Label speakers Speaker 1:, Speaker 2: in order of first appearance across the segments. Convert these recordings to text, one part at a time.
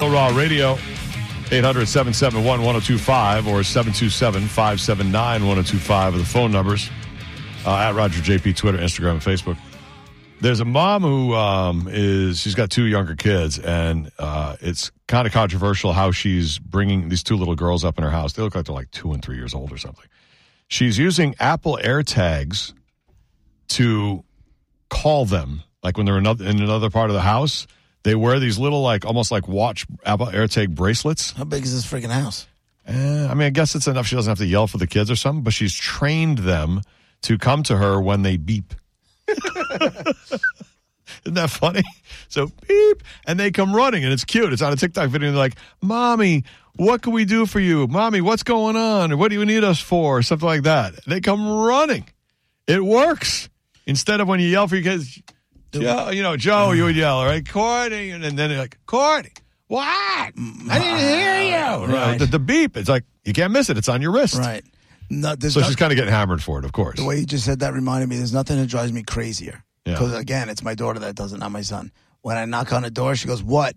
Speaker 1: Raw Radio, 800 771 1025 oh, or 727 579 1025 oh, are the phone numbers. Uh, at Roger JP, Twitter, Instagram, and Facebook. There's a mom who um, is, she's got two younger kids, and uh, it's kind of controversial how she's bringing these two little girls up in her house. They look like they're like two and three years old or something. She's using Apple AirTags to call them, like when they're in another, in another part of the house. They wear these little, like almost like watch Apple AirTag bracelets.
Speaker 2: How big is this freaking house?
Speaker 1: Eh, I mean, I guess it's enough she doesn't have to yell for the kids or something, but she's trained them to come to her when they beep. Isn't that funny? So beep, and they come running, and it's cute. It's on a TikTok video. And they're like, "Mommy, what can we do for you? Mommy, what's going on? Or what do you need us for? Or something like that." They come running. It works. Instead of when you yell for your kids, Joe, you know, Joe, you would yell, all right, Courtney, and then they're like, Courtney, what? I didn't hear you. Right.
Speaker 2: Right.
Speaker 1: The, the beep. It's like you can't miss it. It's on your wrist.
Speaker 2: Right. No, there's
Speaker 1: So
Speaker 2: no,
Speaker 1: she's kind of getting hammered for it, of course.
Speaker 2: the way you just said that reminded me. There's nothing that drives me crazier.
Speaker 1: Yeah.
Speaker 2: Because again, it's my daughter that does it, not my son. When I knock on the door, she goes, "What?"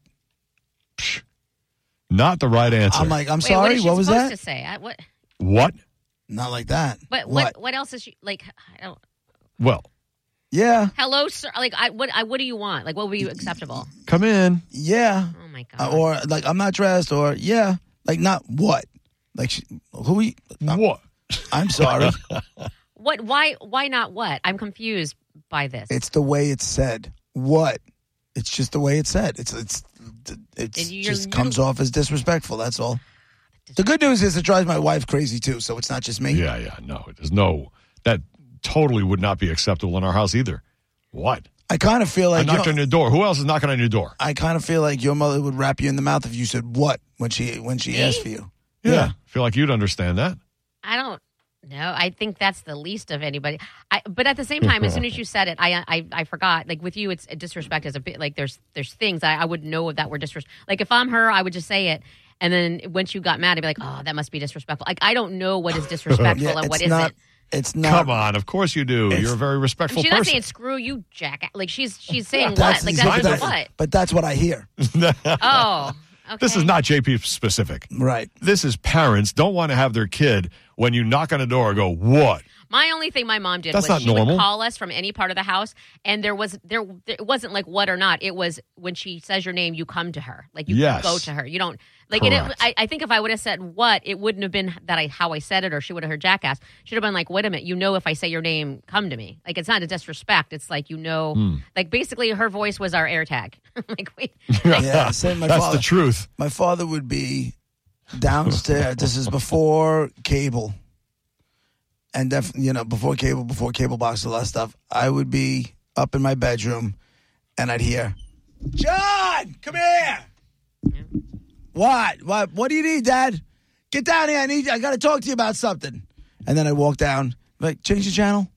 Speaker 1: Not the right answer.
Speaker 2: I'm like, "I'm
Speaker 3: Wait,
Speaker 2: sorry.
Speaker 3: what, is she
Speaker 2: What, was
Speaker 3: supposed
Speaker 2: that?"
Speaker 3: To say I, what?
Speaker 1: what?
Speaker 2: Not like that.
Speaker 3: But what, what? else is she like? I don't,
Speaker 1: Well,
Speaker 2: Yeah,
Speaker 3: hello, sir. Like, I what? I what do you want? Like, what would be acceptable?
Speaker 1: come in.
Speaker 2: yeah.
Speaker 3: Oh my god.
Speaker 2: Uh, or like, "I'm not dressed." Or yeah, like not what. Like she, who? we- I'm,
Speaker 1: What?
Speaker 2: I'm sorry.
Speaker 3: what? Why? Why not? What? I'm confused by this.
Speaker 2: it's the way it's said. What? It's just the way it's said. It's it's it
Speaker 3: And you're
Speaker 2: just
Speaker 3: little-
Speaker 2: comes off as disrespectful. That's all. The good news is it drives my wife crazy too, so it's not just me.
Speaker 1: Yeah, yeah. No, there's no. That totally would not be acceptable in our house either. What?
Speaker 2: I kind of feel
Speaker 1: I
Speaker 2: like
Speaker 1: knocked
Speaker 2: your-
Speaker 1: on your door. Who else is knocking on your door?
Speaker 2: I kind of feel like your mother would wrap you in the mouth if you said what when she when she asked for you.
Speaker 1: Feel like you'd understand that.
Speaker 3: I don't know. I think that's the least of anybody. I, but at the same time, as soon as you said it, I, I I forgot. Like with you, it's disrespect is a bit like there's there's things I, I would know if that were disrespect. Like if I'm her, I would just say it. And then once you got mad, I'd be like, oh, that must be disrespectful. Like I don't know what is disrespectful
Speaker 2: Yeah,
Speaker 3: and what
Speaker 2: it's
Speaker 3: isn't.
Speaker 2: not. It's not.
Speaker 1: Come on. Of course you do. You're a very
Speaker 3: And
Speaker 1: respectful
Speaker 3: she's not
Speaker 1: person.
Speaker 3: saying screw you, Jack. Like she's she's saying
Speaker 2: That's,
Speaker 3: what? Like
Speaker 2: but
Speaker 3: that's
Speaker 1: Neither.
Speaker 3: just what?
Speaker 2: But that's what I hear.
Speaker 3: Oh, okay.
Speaker 1: This is not JP specific.
Speaker 2: Right.
Speaker 1: This is parents don't want to have their kid when you knock on a door go what?
Speaker 3: My only thing my mom did
Speaker 1: That's
Speaker 3: was
Speaker 1: not
Speaker 3: she
Speaker 1: normal.
Speaker 3: would call us from any part of the house, and there was there it wasn't like what or not. It was when she says your name, you come to her, like you
Speaker 1: Yes.
Speaker 3: go to her. You don't like. And it,
Speaker 1: Correct.
Speaker 3: I, I think if I would have said what, it wouldn't have been that I how I said it, or she would have heard jackass. Should have been like, wait a minute, you know, if I say your name, come to me. Like it's not a disrespect. It's like you know,
Speaker 1: Hmm.
Speaker 3: like basically her voice was our air tag. like wait,
Speaker 2: Yeah. Same. My
Speaker 1: That's
Speaker 2: father.
Speaker 1: the truth.
Speaker 2: my father would be downstairs. this is before cable, and def- you know before cable, before cable box, all that stuff. I would be up in my bedroom, and I'd hear, "John, come here." What? What? What do you need, Dad? Get down here. I need. I got to talk to you about something. And then I walk down, like change the channel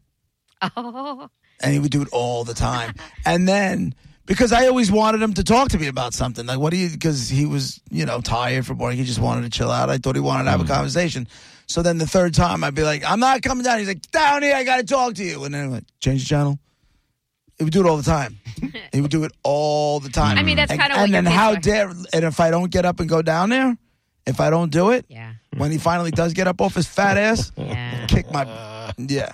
Speaker 3: oh,
Speaker 2: and he would do it all the time. and then because I always wanted him to talk to me about something, like what do you? Because he was you know tired from work, he just wanted to chill out. I thought he wanted to have a conversation. So then the third time, I'd be like, "I'm not coming down." He's like, "Down here, I got to talk to you." And then I'm like, "Change the channel." He would do it all the time. he would do it all the time.
Speaker 3: I mean, that's
Speaker 2: And-
Speaker 3: kinda what
Speaker 2: And
Speaker 3: your
Speaker 2: then
Speaker 3: kids
Speaker 2: how
Speaker 3: are.
Speaker 2: dare? And if I don't get up and go down there, if I don't do it,
Speaker 3: yeah,
Speaker 2: when he finally does get up off his fat ass,
Speaker 3: yeah.
Speaker 2: kick my yeah.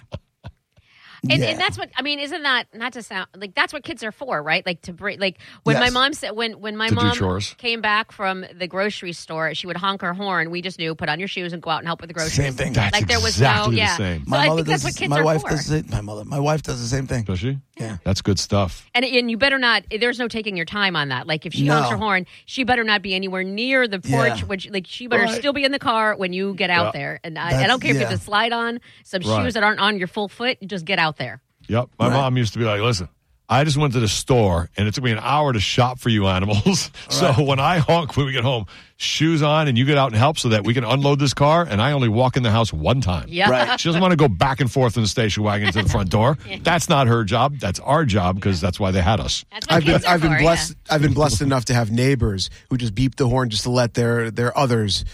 Speaker 3: And,
Speaker 2: Yeah.
Speaker 3: and that's what I mean. Isn't that not to sound like that's what kids are for, right? Like to bring, like when my
Speaker 2: Yes.
Speaker 3: mom said when when my
Speaker 1: To do
Speaker 3: mom
Speaker 1: chores.
Speaker 3: came back from the grocery store, she would honk her horn. We just knew put on your shoes and go out and help with the groceries.
Speaker 2: Same thing.
Speaker 1: That's
Speaker 3: Like there was
Speaker 1: exactly
Speaker 3: no yeah.
Speaker 1: the same.
Speaker 3: So I think that's what
Speaker 2: the-
Speaker 3: kids
Speaker 2: my
Speaker 3: are
Speaker 2: wife
Speaker 3: for.
Speaker 2: does it. My mother, my wife does the same thing.
Speaker 1: Does she?
Speaker 2: Yeah.
Speaker 1: That's good stuff.
Speaker 3: and and you better not. There's no taking your time on that. Like if she honks
Speaker 2: No.
Speaker 3: her horn, she better not be anywhere near the porch.
Speaker 2: Yeah.
Speaker 3: Which like she better
Speaker 1: Right.
Speaker 3: still be in the car when you get out
Speaker 1: Yeah.
Speaker 3: there. And I, I
Speaker 2: That's-
Speaker 3: don't care if
Speaker 2: yeah.
Speaker 3: it's a slide on some
Speaker 1: Right.
Speaker 3: shoes that aren't on your full foot. Just get out there.
Speaker 1: Yep. My
Speaker 2: Right.
Speaker 1: mom used to be like, listen, I just went to the store and it took me an hour to shop for you animals. so when I honk when we get home, shoes on and you get out and help so that we can unload this car and I only walk in the house one time.
Speaker 3: Yeah.
Speaker 2: Right.
Speaker 1: She doesn't want to go back and forth in the station wagon to the front door. That's not her job. That's our job because that's why they had us.
Speaker 3: That's what
Speaker 4: I've been
Speaker 3: kids are
Speaker 4: I've been
Speaker 3: for, yeah.
Speaker 4: blessed I've been blessed enough to have neighbors who just beep the horn just to let their their others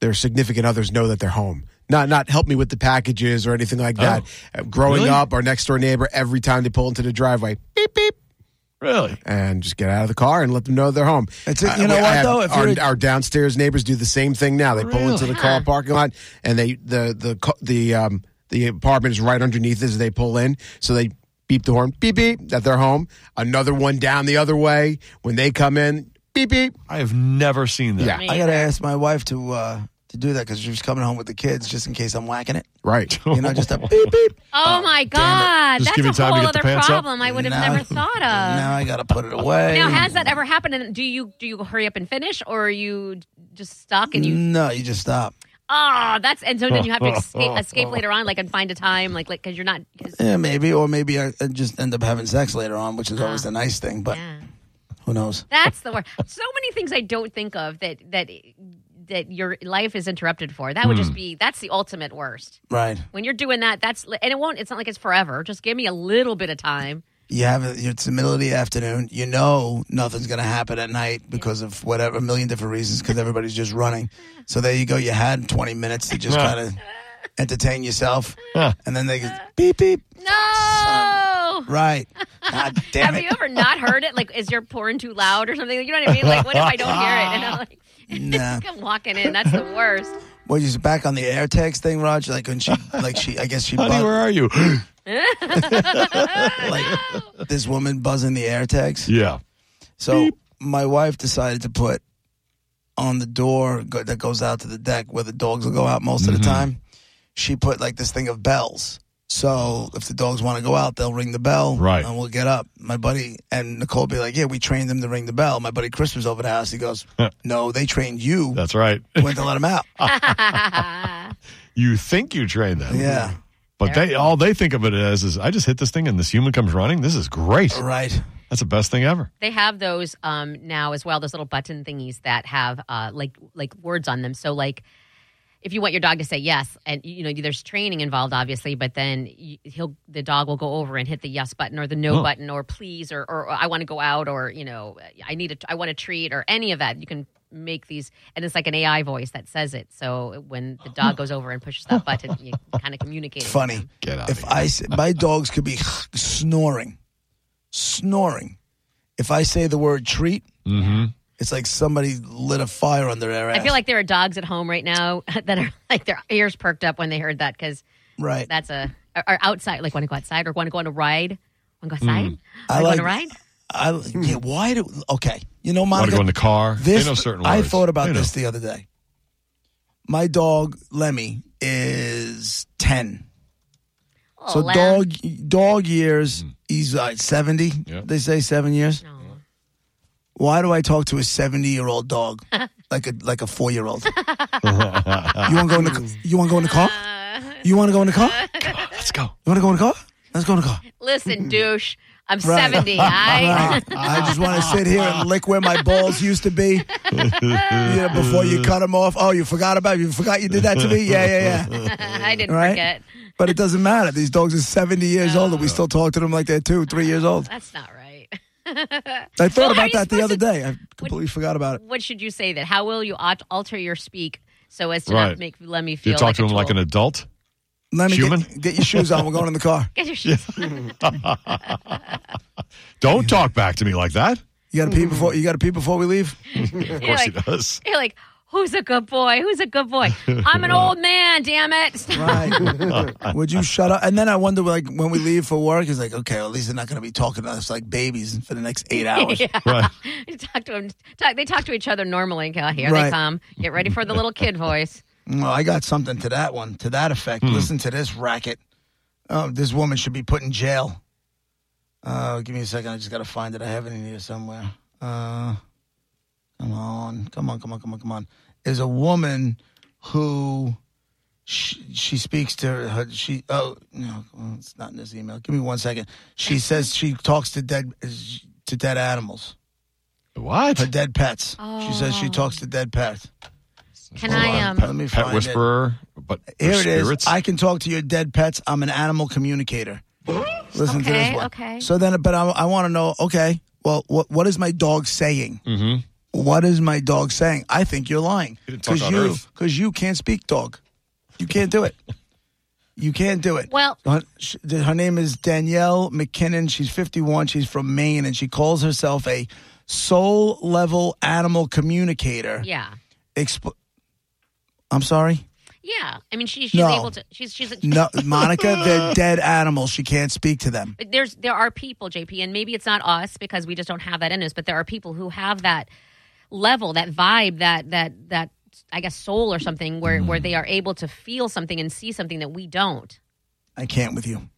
Speaker 4: their significant others know that they're home. Not not help me with the packages or anything like that. Uh, Growing
Speaker 1: Really?
Speaker 4: up, our next door neighbor every time they pull into the driveway beep beep
Speaker 1: Really?
Speaker 4: and just get out of the car and let them know they're home.
Speaker 2: It's a-
Speaker 4: I-
Speaker 2: you know
Speaker 4: I
Speaker 2: what,
Speaker 4: have-
Speaker 2: though? If
Speaker 4: our,
Speaker 2: you're a-
Speaker 4: our downstairs neighbors do the same thing now. They pull into the
Speaker 3: Really?
Speaker 4: car
Speaker 3: Huh.
Speaker 4: parking lot and they the the co- the um the apartment is right underneath as they pull in, so they beep the horn, beep beep, that they're home. Another one down the other way when they come in, beep beep.
Speaker 1: I have never seen that.
Speaker 4: Yeah.
Speaker 3: Me
Speaker 2: I gotta
Speaker 3: either.
Speaker 2: ask my wife to uh, to do that because she was coming home with the kids just in case I'm whacking it.
Speaker 4: Right.
Speaker 2: You know, just a beep beep.
Speaker 3: Oh my God,
Speaker 1: Just
Speaker 3: that's
Speaker 1: give you
Speaker 3: a
Speaker 1: time to
Speaker 3: whole
Speaker 1: get the
Speaker 3: other
Speaker 1: pants up.
Speaker 3: problem I would have
Speaker 2: Now-
Speaker 3: never thought of.
Speaker 2: Now I gotta put it away.
Speaker 3: Now, has that ever happened? And do you do you hurry up and finish, or are you just stuck and you?
Speaker 2: No, you just stop.
Speaker 3: Oh, that's and so then you have to escape, escape later on, like and find a time, like like because you're not. 'cause-
Speaker 2: Yeah, maybe, or maybe I I just end up having sex later on, which is always the nice thing. But
Speaker 3: Ah. yeah.
Speaker 2: who knows?
Speaker 3: That's the word. So many things I don't think of that that that your life is interrupted for. That would
Speaker 1: Hmm.
Speaker 3: just be that's the ultimate worst.
Speaker 2: Right?
Speaker 3: When you're doing that, that's and it won't. It's not like it's forever. Just give me a little bit of time.
Speaker 2: You have it. It's the middle of the afternoon. You know nothing's gonna happen at night because of whatever a million different reasons. Because everybody's just running. So there you go. You had 20 minutes to just kind of entertain yourself, and then they go beep beep.
Speaker 3: No.
Speaker 2: Right? God damn
Speaker 3: Have you
Speaker 2: it!
Speaker 3: ever not heard it? Like, is your porn too loud or something? You know what I mean? Like, what if I don't hear it? And I'm like,
Speaker 2: Nah.
Speaker 3: I'm walking in. That's the worst.
Speaker 2: Well, you're back on the air text thing, Raj. Like when she, like she, I guess she,
Speaker 1: Honey, where
Speaker 2: buzzed,
Speaker 1: are you?
Speaker 2: like this woman buzzing the air tags.
Speaker 1: yeah.
Speaker 2: So my wife decided to put on the door go- that goes out to the deck where the dogs will go out most of the time. She put like this thing of bells. So if the dogs want to go out, they'll ring the bell,
Speaker 1: Right.
Speaker 2: And we'll get up. My buddy and Nicole be like, "Yeah, we trained them to ring the bell." My buddy Chris was over the house. He goes, "No, they trained you.
Speaker 1: That's right.
Speaker 2: Went to let them out.
Speaker 1: You think you trained them.
Speaker 2: yeah,
Speaker 1: But they all they think of it as is I just hit this thing and this human comes running. This is great.
Speaker 2: right.
Speaker 1: That's the best thing ever.
Speaker 3: They have those um, now as well. Those little button thingies that have uh, like like words on them. So like, if you want your dog to say yes, and you know there's training involved, obviously, but then you, he'll the dog will go over and hit the yes button or the no button or please or, or I want to go out or you know I need a I want a treat or any of that. You can make these and it's like an AI voice that says it. So when the dog goes over and pushes that button, you kind of communicate.
Speaker 2: It's funny.
Speaker 1: Get out.
Speaker 2: If I say, my dogs could be snoring, snoring. If I say the word treat,
Speaker 1: Mm-hmm.
Speaker 2: it's like somebody lit a fire under their ass.
Speaker 3: I feel like there are dogs at home right now that are like their ears perked up when they heard that because.
Speaker 2: right.
Speaker 3: that's a or, or outside like want to go outside or want to go on a ride want to go outside
Speaker 1: Mm.
Speaker 2: I
Speaker 3: want to
Speaker 2: like-
Speaker 3: go on a ride
Speaker 2: I yeah. Why do okay? You know,
Speaker 1: Want
Speaker 2: Monica.
Speaker 1: to Hmm. go in the car?
Speaker 2: This
Speaker 1: they know certain
Speaker 2: I
Speaker 1: words.
Speaker 2: thought
Speaker 1: They
Speaker 2: about
Speaker 1: know.
Speaker 2: this the other day. My dog Lemmy is ten.
Speaker 3: oh,
Speaker 2: so
Speaker 3: laugh.
Speaker 2: dog dog years. He's uh, seventy.
Speaker 1: Hmm. Yeah.
Speaker 2: They say seven years.
Speaker 3: No.
Speaker 2: why do I talk to a 70 year old dog like a like a four year old? you want to go in the c- you want to go in the car? You want to go in the car? You
Speaker 1: Let's go.
Speaker 2: want to go in the car? Let's go in the car.
Speaker 3: listen douche i'm
Speaker 2: Mm. Right.
Speaker 3: 70 i
Speaker 2: Right. I just want to sit here and lick where my balls used to be. yeah, before you cut them off. Oh, you forgot about you forgot you did that to me. Yeah, yeah, yeah.
Speaker 3: i didn't
Speaker 2: Right.
Speaker 3: forget
Speaker 2: But it doesn't matter. These dogs are 70 years old, and we still talk to them like they're two, three years old.
Speaker 3: that's not right
Speaker 2: I thought
Speaker 3: how are
Speaker 2: about
Speaker 3: you
Speaker 2: that the
Speaker 3: supposed
Speaker 2: other
Speaker 3: to-
Speaker 2: day. I completely forgot about it.
Speaker 3: what should you say that how will you alt- alter your speak so as to
Speaker 1: Right.
Speaker 3: not make let me
Speaker 1: You
Speaker 3: feel
Speaker 1: talk
Speaker 3: like
Speaker 1: to
Speaker 3: a
Speaker 1: them like an
Speaker 3: tool?
Speaker 1: adult.
Speaker 2: Let me
Speaker 1: Human?
Speaker 2: get, get your shoes on. We're going in the car.
Speaker 3: Get your shoes.
Speaker 1: Don't talk back to me like that.
Speaker 2: You got to pee before you got to pee before we leave.
Speaker 1: Of
Speaker 3: you're,
Speaker 1: course
Speaker 3: like,
Speaker 1: he does.
Speaker 3: you're like who's a good boy who's a good boy i'm an old man damn it
Speaker 2: Right. Would you shut up? And then I wonder, like, when we leave for work, it's like, okay, well, at least they're not going to be talking to us like babies for the next eight hours.
Speaker 1: Right.
Speaker 3: You talk to them. Talk, they talk to each other normally. Go, Here
Speaker 2: Right.
Speaker 3: they come. Get ready for the little kid voice.
Speaker 2: Well, I got something to that one, to that
Speaker 1: Hmm.
Speaker 2: effect. Listen to this racket. Oh, this woman should be put in jail. Uh, give me a second. I just got to find it. I have it in here somewhere. Uh, come on, come on, come on, come on, come on. Is a woman who she, she speaks to her, her- she oh no well, it's not in this email give me one second she says she talks to dead to dead animals her
Speaker 1: What?
Speaker 2: dead pets she says she talks to dead pets
Speaker 3: Can
Speaker 2: Hold
Speaker 3: I
Speaker 2: on,
Speaker 3: um?
Speaker 2: let me
Speaker 1: Pet
Speaker 2: find it.
Speaker 1: whisperer, but for
Speaker 2: Here it is.
Speaker 1: spirits.
Speaker 2: I can talk to your dead pets. I'm an animal communicator. Listen to
Speaker 3: Okay,
Speaker 2: this one.
Speaker 3: okay.
Speaker 2: So then, but I, I want to know. Okay, well, what what is my dog saying? Mm-hmm. is my dog saying? I think you're lying
Speaker 1: He didn't talk on
Speaker 2: you
Speaker 1: Earth.
Speaker 2: because you can't speak dog. You can't do it. You can't do it.
Speaker 3: Well-
Speaker 2: her, sh- her name is Danielle McKinnon. She's 51. She's from Maine, and she calls herself a soul level animal communicator.
Speaker 3: Yeah.
Speaker 2: Expl- I'm sorry.
Speaker 3: Yeah. I mean, she, she's
Speaker 2: No.
Speaker 3: able to. She's she's. A,
Speaker 2: No, Monica, they're dead animals. She can't speak to them.
Speaker 3: But there's there are people, JP, and maybe it's not us because we just don't have that in us. But there are people who have that level, that vibe, that that that I guess soul or something, where where
Speaker 2: Hmm.
Speaker 3: they are able to feel something and see something that we don't.
Speaker 2: I can't with you.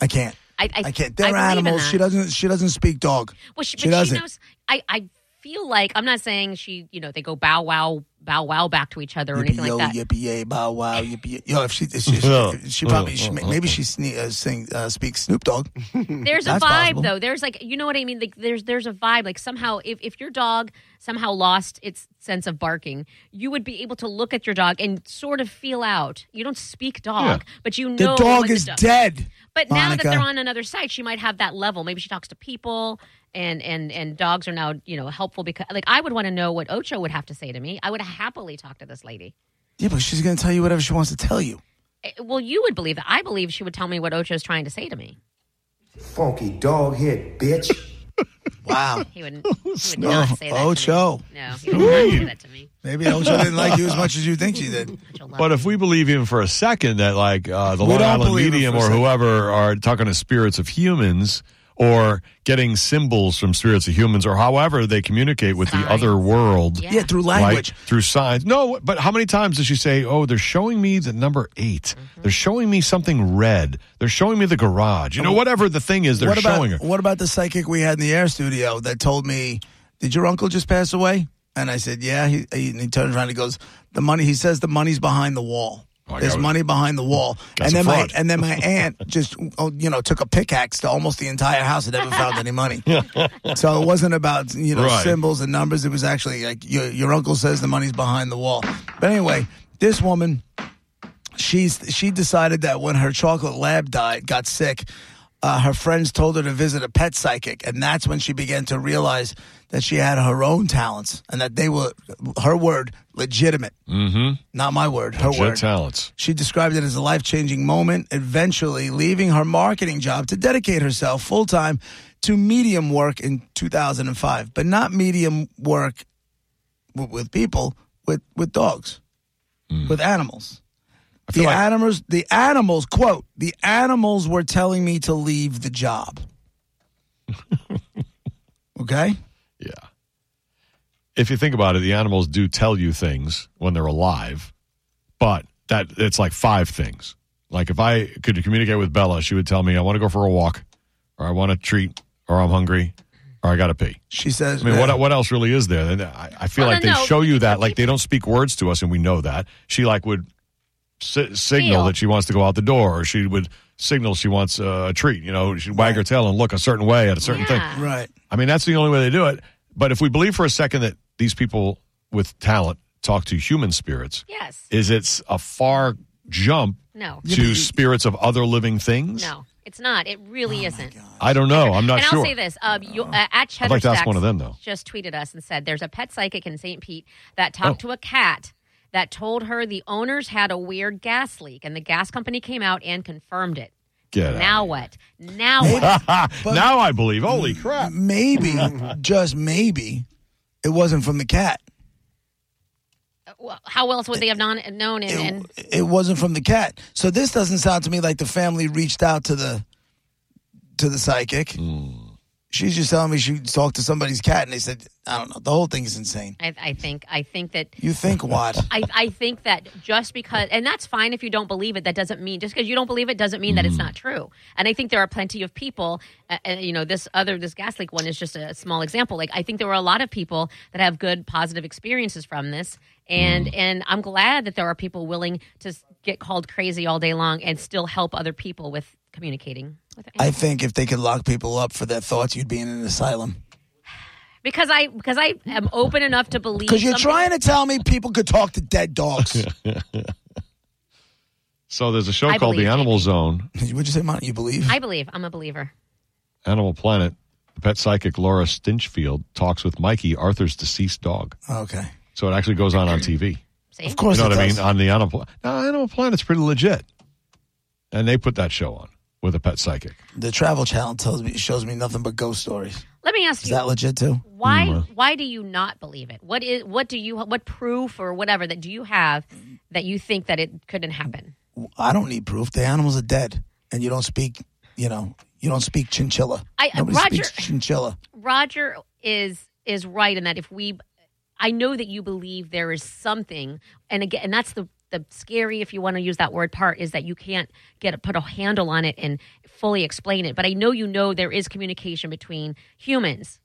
Speaker 2: I can't.
Speaker 3: I, I,
Speaker 2: I can't.
Speaker 3: I
Speaker 2: They're
Speaker 3: believe in
Speaker 2: animals.
Speaker 3: that.
Speaker 2: She doesn't. She doesn't speak dog.
Speaker 3: Well,
Speaker 2: She
Speaker 3: she, but she
Speaker 2: doesn't.
Speaker 3: knows. I, I feel like I'm not saying she. You know, they go bow wow, bow wow back to each other or
Speaker 2: Yippee
Speaker 3: anything
Speaker 2: yo,
Speaker 3: like that.
Speaker 2: yippee yay, bow wow, yippee. Yo, if she, if she, she, she probably, she, maybe she sne- uh, sing, uh, speaks Snoop Dogg.
Speaker 3: There's a vibe
Speaker 2: That's possible.
Speaker 3: though. There's like you know what I mean. Like there's there's a vibe. Like somehow if if your dog somehow lost its sense of barking, you would be able to look at your dog and sort of feel out. You don't speak dog, but you
Speaker 2: The
Speaker 3: know
Speaker 2: dog
Speaker 3: what
Speaker 2: is
Speaker 3: dog-
Speaker 2: dead.
Speaker 3: But now that
Speaker 2: Monica.
Speaker 3: they're on another side, she might have that level. Maybe she talks to people, and and and dogs are now you know helpful because like I would want to know what Ocho would have to say to me. I would happily talk to this lady.
Speaker 2: Yeah, but she's gonna tell you whatever she wants to tell you.
Speaker 3: Eh, Well, you would believe that. I believe she would tell me what Ocho is trying to say to me.
Speaker 5: funky dog head bitch.
Speaker 2: Wow.
Speaker 3: He wouldn't. He would not say that.
Speaker 2: Ocho.
Speaker 3: To me. No, he would not say that to me.
Speaker 2: Maybe Ocho didn't like you as much as you think she did.
Speaker 3: Ocho loved
Speaker 1: But
Speaker 3: me.
Speaker 1: if we believe even for a second that like uh, the
Speaker 2: We
Speaker 1: Long
Speaker 2: don't
Speaker 1: Island
Speaker 2: believe it
Speaker 1: medium
Speaker 2: for a
Speaker 1: or
Speaker 2: second.
Speaker 1: whoever are talking to spirits of humans or getting symbols from spirits of humans or however they communicate with
Speaker 3: Signs.
Speaker 1: the other world
Speaker 3: Yeah.
Speaker 2: Yeah, through
Speaker 1: right,
Speaker 2: language.
Speaker 1: through signs no but how many times does she say oh they're showing me the number 8
Speaker 2: Mm-hmm.
Speaker 1: they're showing me something red they're showing me the garage you know whatever the thing is they're
Speaker 2: what about,
Speaker 1: showing her
Speaker 2: What about the psychic we had in the air studio that told me, "Did your uncle just pass away?" And I said, "Yeah." He, he, and he turns around and he goes, "The money." He says, "The money's behind the wall."
Speaker 1: Oh, I
Speaker 2: There's
Speaker 1: got it.
Speaker 2: money behind the wall,
Speaker 1: That's
Speaker 2: and then
Speaker 1: a
Speaker 2: my
Speaker 1: fraud.
Speaker 2: and then my aunt just oh, you know took a pickaxe to almost the entire house and never found any money. so it wasn't about you know
Speaker 1: Right.
Speaker 2: symbols and numbers. It was actually like your your uncle says the money's behind the wall. But anyway, this woman she's she decided that when her chocolate lab died got sick uh, her friends told her to visit a pet psychic and that's when she began to realize that she had her own talents and that they were her word legitimate mm-hmm. not my word her
Speaker 1: Legit
Speaker 2: word
Speaker 1: talents
Speaker 2: she described it as a life changing moment, eventually leaving her marketing job to dedicate herself full time to medium work in 2005, but not medium work w- with people, with, with dogs, with animals. The
Speaker 1: Hmm. like-
Speaker 2: animals, the animals, quote, the animals were telling me to leave the job. okay?
Speaker 1: yeah if you think about it the animals do tell you things when they're alive but that it's like five things. Like if I could communicate with Bella, she would tell me I want to go for a walk, or I want a treat, or I'm hungry, or I got to pee.
Speaker 2: She says, uh,
Speaker 1: I mean, what what else really is there? And I, I feel
Speaker 3: Well,
Speaker 1: like they
Speaker 3: no, no,
Speaker 1: show you that,
Speaker 3: the
Speaker 1: like they don't speak words to us, and we know that. She like would si- signal
Speaker 3: Feel.
Speaker 1: that she wants to go out the door, or she would signal she wants uh, a treat. You know, she'd wag her tail and look a certain way at a certain thing.
Speaker 3: Yeah.
Speaker 2: Right.
Speaker 1: I mean, that's the only way they do it. But if we believe for a second that these people with talent talk to human spirits,
Speaker 3: yes,
Speaker 1: is it's a far jump
Speaker 3: no,
Speaker 1: to spirits of other living things?
Speaker 3: no, it's not. It really isn't.
Speaker 1: I don't know. I'm not
Speaker 3: and
Speaker 1: sure.
Speaker 3: I'll say this: um, you, uh, at Cheddar
Speaker 1: like to ask
Speaker 3: Stacks
Speaker 1: one of them, though.
Speaker 3: Just tweeted us and said there's a pet psychic in St. Pete that
Speaker 1: Oh.
Speaker 3: talked to a cat that told her the owners had a weird gas leak, and the gas company came out and confirmed it.
Speaker 1: Get
Speaker 3: now what? Now what?
Speaker 1: out. now I believe. Holy crap.
Speaker 2: Maybe, just maybe, it wasn't from the cat.
Speaker 3: Well, How else would they have non- known? And, and
Speaker 2: it, it wasn't from the cat. So this
Speaker 1: Hmm.
Speaker 2: doesn't sound to me like the family reached out to the to the psychic. She's just telling me she talked to somebody's cat, and they said, I don't know. The whole thing is insane.
Speaker 3: I, I think I think that
Speaker 2: You think what?
Speaker 3: I, I think that just because, and that's fine if you don't believe it, that doesn't mean, just because you don't believe it doesn't mean that it's
Speaker 2: Mm-hmm.
Speaker 3: not true. And I think there are plenty of people, uh, uh, you know, this other, this gas leak one is just a small example. Like, I think there were a lot of people that have good, positive experiences from this. And,
Speaker 2: Mm.
Speaker 3: and I'm glad that there are people willing to s- get called crazy all day long and still help other people with communicating. With it.
Speaker 2: I think if they could lock people up for their thoughts, you'd be in an asylum.
Speaker 3: because I, because I am open enough to believe.
Speaker 2: Because you're
Speaker 3: something-
Speaker 2: trying to tell me people could talk to dead dogs.
Speaker 1: So there's a show
Speaker 3: I
Speaker 1: called The
Speaker 3: believe you.
Speaker 1: Animal Zone,
Speaker 2: Would you say, Monty, you believe?
Speaker 3: I believe. I'm a believer.
Speaker 1: Animal Planet. The pet psychic Laura Stinchfield talks with Mikey, Arthur's deceased dog.
Speaker 2: okay.
Speaker 1: So it actually goes on on TV.
Speaker 3: See?
Speaker 2: Of course
Speaker 1: You know
Speaker 2: it
Speaker 1: what I
Speaker 2: does.
Speaker 1: mean? On the Animal Planet. No, Animal Planet's pretty legit. And they put that show on with a pet psychic.
Speaker 2: The Travel Channel tells me shows me nothing but ghost stories.
Speaker 3: Let me ask
Speaker 2: Is
Speaker 3: you.
Speaker 2: that legit too?
Speaker 3: why
Speaker 2: Mm-hmm.
Speaker 3: why do you not believe it what is what do you what proof or whatever that do you have that you think that it couldn't happen
Speaker 2: I don't need proof. The animals are dead, and you don't speak. You know, you don't speak chinchilla.
Speaker 3: I-
Speaker 2: Nobody
Speaker 3: Roger-
Speaker 2: speaks chinchilla.
Speaker 3: roger is is right in that if we i know that you believe there is something and again and that's the the scary if you want to use that word part is that you can't get a, put a handle on it and fully explain it but i know you know there is communication between humans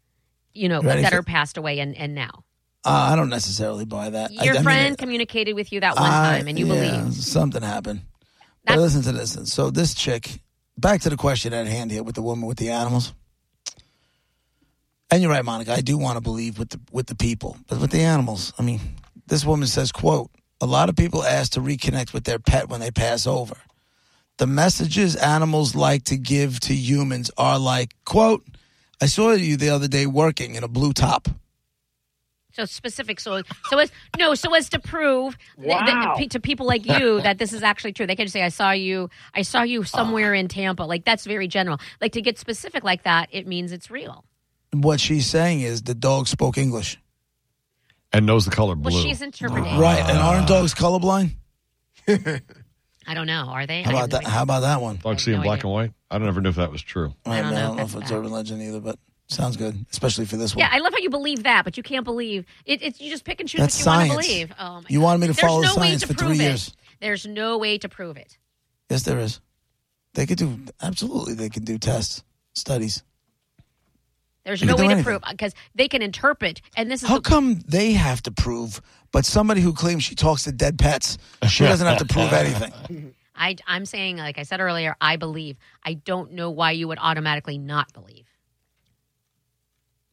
Speaker 3: you know
Speaker 2: Ready
Speaker 3: that
Speaker 2: for-
Speaker 3: are passed away and and now
Speaker 2: Uh, I don't necessarily buy that. I-
Speaker 3: your
Speaker 2: I mean,
Speaker 3: friend communicated with you that one
Speaker 2: I-
Speaker 3: time and you
Speaker 2: yeah,
Speaker 3: believed
Speaker 2: something happened. but
Speaker 3: That's-
Speaker 2: listen to this. So this chick, back to the question at hand here with the woman with the animals. And you're right, Monica. I do want to believe with the with the people, but with the animals, I mean, this woman says, "quote A lot of people ask to reconnect with their pet when they pass over. The messages animals like to give to humans are like, quote I saw you the other day working in a blue top.
Speaker 3: So specific, so so as no, so as to prove th- that- pe- to people like you that this is actually true. They can just say, "I saw you, I saw you somewhere in Tampa." Like that's very general. Like to get specific like that, it means it's real.
Speaker 2: What she's saying is the dog spoke English,
Speaker 1: And knows the color blue.
Speaker 3: Well, she's interpreting.
Speaker 2: right? And aren't dogs colorblind?
Speaker 3: I don't know. Are they?
Speaker 2: How
Speaker 3: I have
Speaker 2: about
Speaker 3: no
Speaker 2: that?
Speaker 3: idea.
Speaker 2: How about that one?
Speaker 1: Dogs
Speaker 3: I
Speaker 1: see in
Speaker 3: have no
Speaker 1: black
Speaker 3: idea.
Speaker 1: and white. I don't ever know if that was true.
Speaker 2: I don't,
Speaker 3: don't know
Speaker 2: know,
Speaker 3: if
Speaker 2: if
Speaker 3: that's
Speaker 2: it's
Speaker 3: that.
Speaker 2: urban legend either, but sounds good, especially for this one.
Speaker 3: Yeah, I love how you believe that, but you can't believe it. It's you just pick and choose
Speaker 2: That's
Speaker 3: what you want
Speaker 2: science.
Speaker 3: to believe. Oh my
Speaker 2: You
Speaker 3: God.
Speaker 2: wanted me to
Speaker 3: There's
Speaker 2: follow
Speaker 3: no way
Speaker 2: science
Speaker 3: to
Speaker 2: for three
Speaker 3: prove it.
Speaker 2: years.
Speaker 3: There's no way to prove it.
Speaker 2: yes, there is. They could do absolutely. They could do tests, studies.
Speaker 3: There's
Speaker 2: You
Speaker 3: no
Speaker 2: can do
Speaker 3: way to
Speaker 2: anything.
Speaker 3: prove because they can interpret, and this is
Speaker 2: How
Speaker 3: the-
Speaker 2: come they have to prove, but somebody who claims she talks to dead pets, she doesn't have to prove anything?
Speaker 3: I, I'm saying, like I said earlier, I believe. I don't know why you would automatically not believe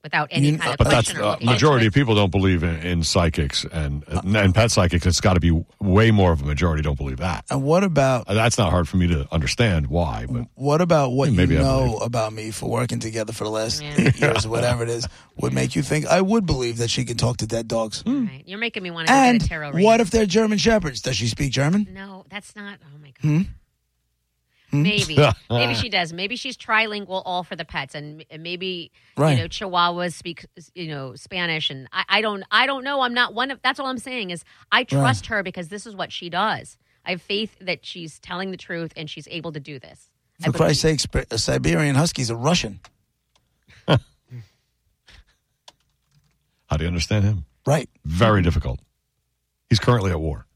Speaker 3: without any
Speaker 2: You-
Speaker 3: kind of
Speaker 1: But that's
Speaker 3: question. or
Speaker 1: the uh,
Speaker 3: looking
Speaker 1: majority
Speaker 3: into
Speaker 1: of people don't believe in, in psychics and and pet psychics. It's got to be way more of a majority don't believe that.
Speaker 2: And what about
Speaker 1: Uh, That's not hard for me to understand why, but
Speaker 2: what about what
Speaker 1: Maybe
Speaker 2: you
Speaker 1: I
Speaker 2: know
Speaker 1: believe.
Speaker 2: about me for working together for the last
Speaker 3: Yeah.
Speaker 2: eight years, whatever it is, would make you think I would believe that she can talk to dead dogs?
Speaker 3: it. All right. You're making me want to
Speaker 2: And
Speaker 3: get Mm. a tarot reading.
Speaker 2: what if they're German shepherds? Does she speak German?
Speaker 3: No, that's not. Oh my god. Maybe, maybe she does. Maybe she's trilingual, all for the pets, and m- maybe
Speaker 2: Right.
Speaker 3: you know Chihuahuas speak you know Spanish, and I, I don't, I don't know. I'm not one of. That's all I'm saying is I trust her because this is what she does. I have faith that she's telling the truth and she's able to do this. I
Speaker 2: For Christ's sake, Sp- a Siberian Huskies are Russian.
Speaker 1: how do you understand him?
Speaker 2: Right,
Speaker 1: Very difficult. He's currently at war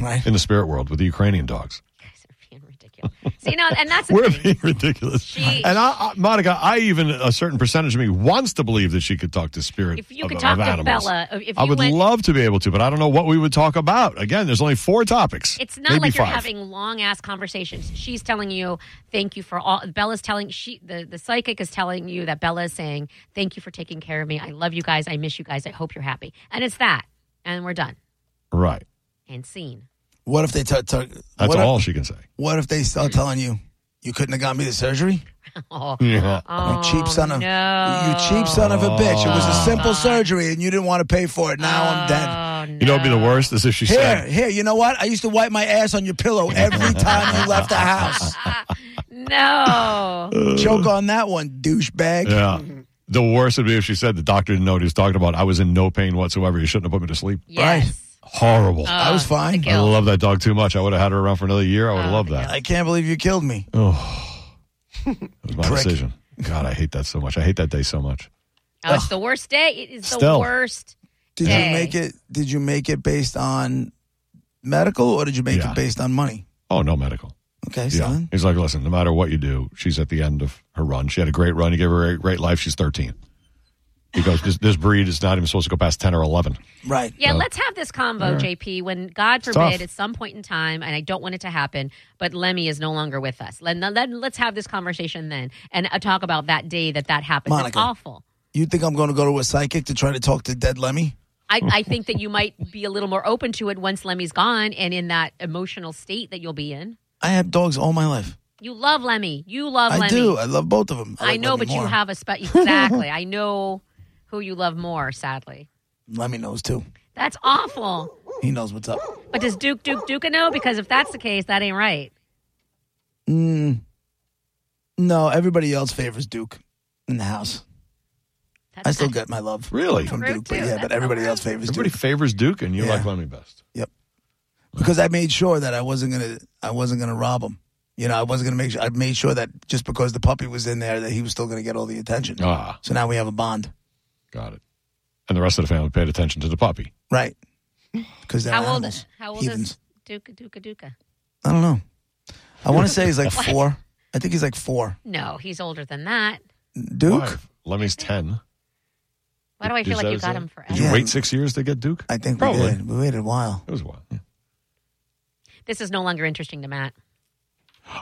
Speaker 2: right.
Speaker 1: in the spirit world with the Ukrainian dogs.
Speaker 3: guys are being ridiculous. See, no, and that's the
Speaker 1: We're
Speaker 3: thing.
Speaker 1: being ridiculous.
Speaker 3: She-
Speaker 1: And I, I, Monica, I even a certain percentage of me wants to believe that she could talk to spirit.
Speaker 3: If you could
Speaker 1: of-
Speaker 3: talk
Speaker 1: of
Speaker 3: to
Speaker 1: animals.
Speaker 3: Bella, if
Speaker 1: I
Speaker 3: you
Speaker 1: would
Speaker 3: went-
Speaker 1: love to be able to, but I don't know what we would talk about. Again, there's only four topics.
Speaker 3: It's not
Speaker 1: maybe
Speaker 3: like you're
Speaker 1: five.
Speaker 3: having long ass conversations. She's telling you, "Thank you for all." Bella's telling she the, the psychic is telling you that Bella is saying, "Thank you for taking care of me. I love you guys. I miss you guys. I hope you're happy." And it's that, and we're done
Speaker 1: right.
Speaker 3: and seen.
Speaker 2: What if they t- t-
Speaker 1: That's
Speaker 2: what
Speaker 1: all
Speaker 2: If,
Speaker 1: she can say.
Speaker 2: what if they start telling you you couldn't have got me the surgery?
Speaker 3: Oh,
Speaker 1: Yeah.
Speaker 3: oh,
Speaker 2: you cheap son of
Speaker 3: no.
Speaker 2: you cheap son of a bitch. It was a simple surgery and you didn't want to pay for it. Now I'm dead.
Speaker 3: Oh, no.
Speaker 1: You know, what'd be the worst is if she
Speaker 2: Here,
Speaker 1: said,
Speaker 2: here. You know what? I used to wipe my ass on your pillow every time you left the house.
Speaker 3: no.
Speaker 2: Choke on that one, douchebag.
Speaker 1: "Yeah." The worst would be if she said the doctor didn't know what he was talking about. I was in no pain whatsoever. You shouldn't have put me to sleep.
Speaker 3: Yes.
Speaker 1: Horrible.
Speaker 3: Oh,
Speaker 2: I was
Speaker 3: The
Speaker 2: fine.
Speaker 1: I
Speaker 3: guilt.
Speaker 1: love that dog too much. I would have had her
Speaker 3: Oh,
Speaker 1: around for another year. I would have loved that.
Speaker 2: I can't believe you killed me.
Speaker 1: Oh, that was my
Speaker 2: prick.
Speaker 1: decision. God, I hate that so much. I hate that day so much.
Speaker 3: Oh, it's the worst day. It is the
Speaker 1: Still.
Speaker 3: worst.
Speaker 2: Did
Speaker 3: Hey.
Speaker 2: you make it? Did you make it based on medical, or did you make
Speaker 1: Yeah.
Speaker 2: it based on money?
Speaker 1: Oh, no medical.
Speaker 2: Okay, so
Speaker 1: Yeah.
Speaker 2: then
Speaker 1: He's like, listen, no matter what you do, she's at the end of her run. She had a great run. You gave her a great life. She's 13. He goes, this, this breed is not even supposed to go past 10 or 11.
Speaker 2: right.
Speaker 3: Yeah, let's have this combo, JP. When God
Speaker 1: tough.
Speaker 3: forbid, at some point in time, and I don't want it to happen, but Lemmy is no longer with us. Let, let, us have this conversation then and uh, talk about that day that that happened. It's
Speaker 2: Monica.
Speaker 3: awful.
Speaker 2: You think I'm going to go to a psychic to try to talk to dead Lemmy?
Speaker 3: I, I think that you might be a little more open to it once Lemmy's gone and in that emotional state that you'll be in.
Speaker 2: I have dogs all my life.
Speaker 3: You love Lemmy. You love
Speaker 2: I
Speaker 3: Lemmy.
Speaker 2: do. I love both of them.
Speaker 3: I
Speaker 2: like
Speaker 3: know,
Speaker 2: Lemmy
Speaker 3: but you
Speaker 2: more.
Speaker 3: have a spot. Exactly. I know who you love more, sadly.
Speaker 2: Lemmy knows too.
Speaker 3: That's awful.
Speaker 2: He knows what's up.
Speaker 3: But does Duke Duke Duca know? Because if that's the case, that ain't right.
Speaker 2: No, everybody else favors Duke in the house.
Speaker 3: That's
Speaker 2: I still get my love.
Speaker 1: Really?
Speaker 2: From
Speaker 3: Rude
Speaker 2: Duke, but
Speaker 3: too.
Speaker 2: yeah, but
Speaker 3: That's
Speaker 2: everybody
Speaker 3: not
Speaker 2: else favors
Speaker 1: Everybody
Speaker 2: Duke.
Speaker 1: favors Duke, and you
Speaker 2: Yeah.
Speaker 1: like Lemmy best.
Speaker 2: Yep. Because I made sure that I wasn't gonna I wasn't gonna rob him. You know, I wasn't gonna make sure I made sure that just because the puppy was in there that he was still gonna get all the attention.
Speaker 1: Ah,
Speaker 2: So now we have a bond.
Speaker 1: got it. And the rest of the family paid attention to the puppy.
Speaker 2: Right. Because they're
Speaker 3: How old?
Speaker 2: animals.
Speaker 3: How old
Speaker 2: Heathens.
Speaker 3: is Duca Duca Duca?
Speaker 2: I don't know. I wanna say he's like four. I think he's like four.
Speaker 3: No, he's older than that.
Speaker 2: Duke?
Speaker 1: Five. Lemmy's 10.
Speaker 3: Why do I
Speaker 1: Is
Speaker 3: feel
Speaker 1: that-
Speaker 3: like you
Speaker 1: is
Speaker 3: got
Speaker 1: that-
Speaker 3: him
Speaker 1: Did
Speaker 3: forever?
Speaker 1: you
Speaker 2: Yeah.
Speaker 1: wait six years to get Duke?
Speaker 2: I think
Speaker 1: Probably.
Speaker 2: we did. We waited a while.
Speaker 1: It was a while. yeah.
Speaker 3: This is no longer interesting to Matt.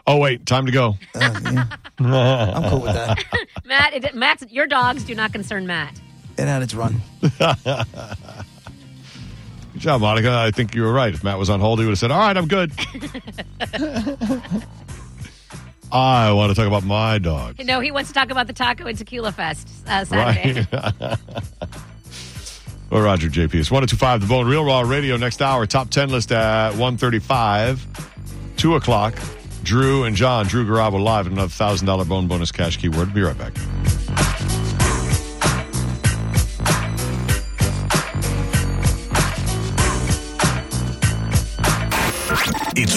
Speaker 1: Oh, wait. Time to go.
Speaker 2: Uh, yeah. I'm cool with that.
Speaker 3: Matt, it, Matt's your dogs do not concern Matt.
Speaker 2: It had its run.
Speaker 1: Good job, Monica. I think you were right. If Matt was on hold, he would have said, All right, I'm good. I want to talk about my dog.
Speaker 3: No, he wants to talk about the taco and tequila fest uh, Saturday.
Speaker 1: Well, Roger JP. It's 1025 The Bone Real Raw Radio next hour. Top 10 list at 135. 2 o'clock. Drew and John, Drew Garabo live at another $1,000 bone bonus cash keyword. Be right back.
Speaker 6: It's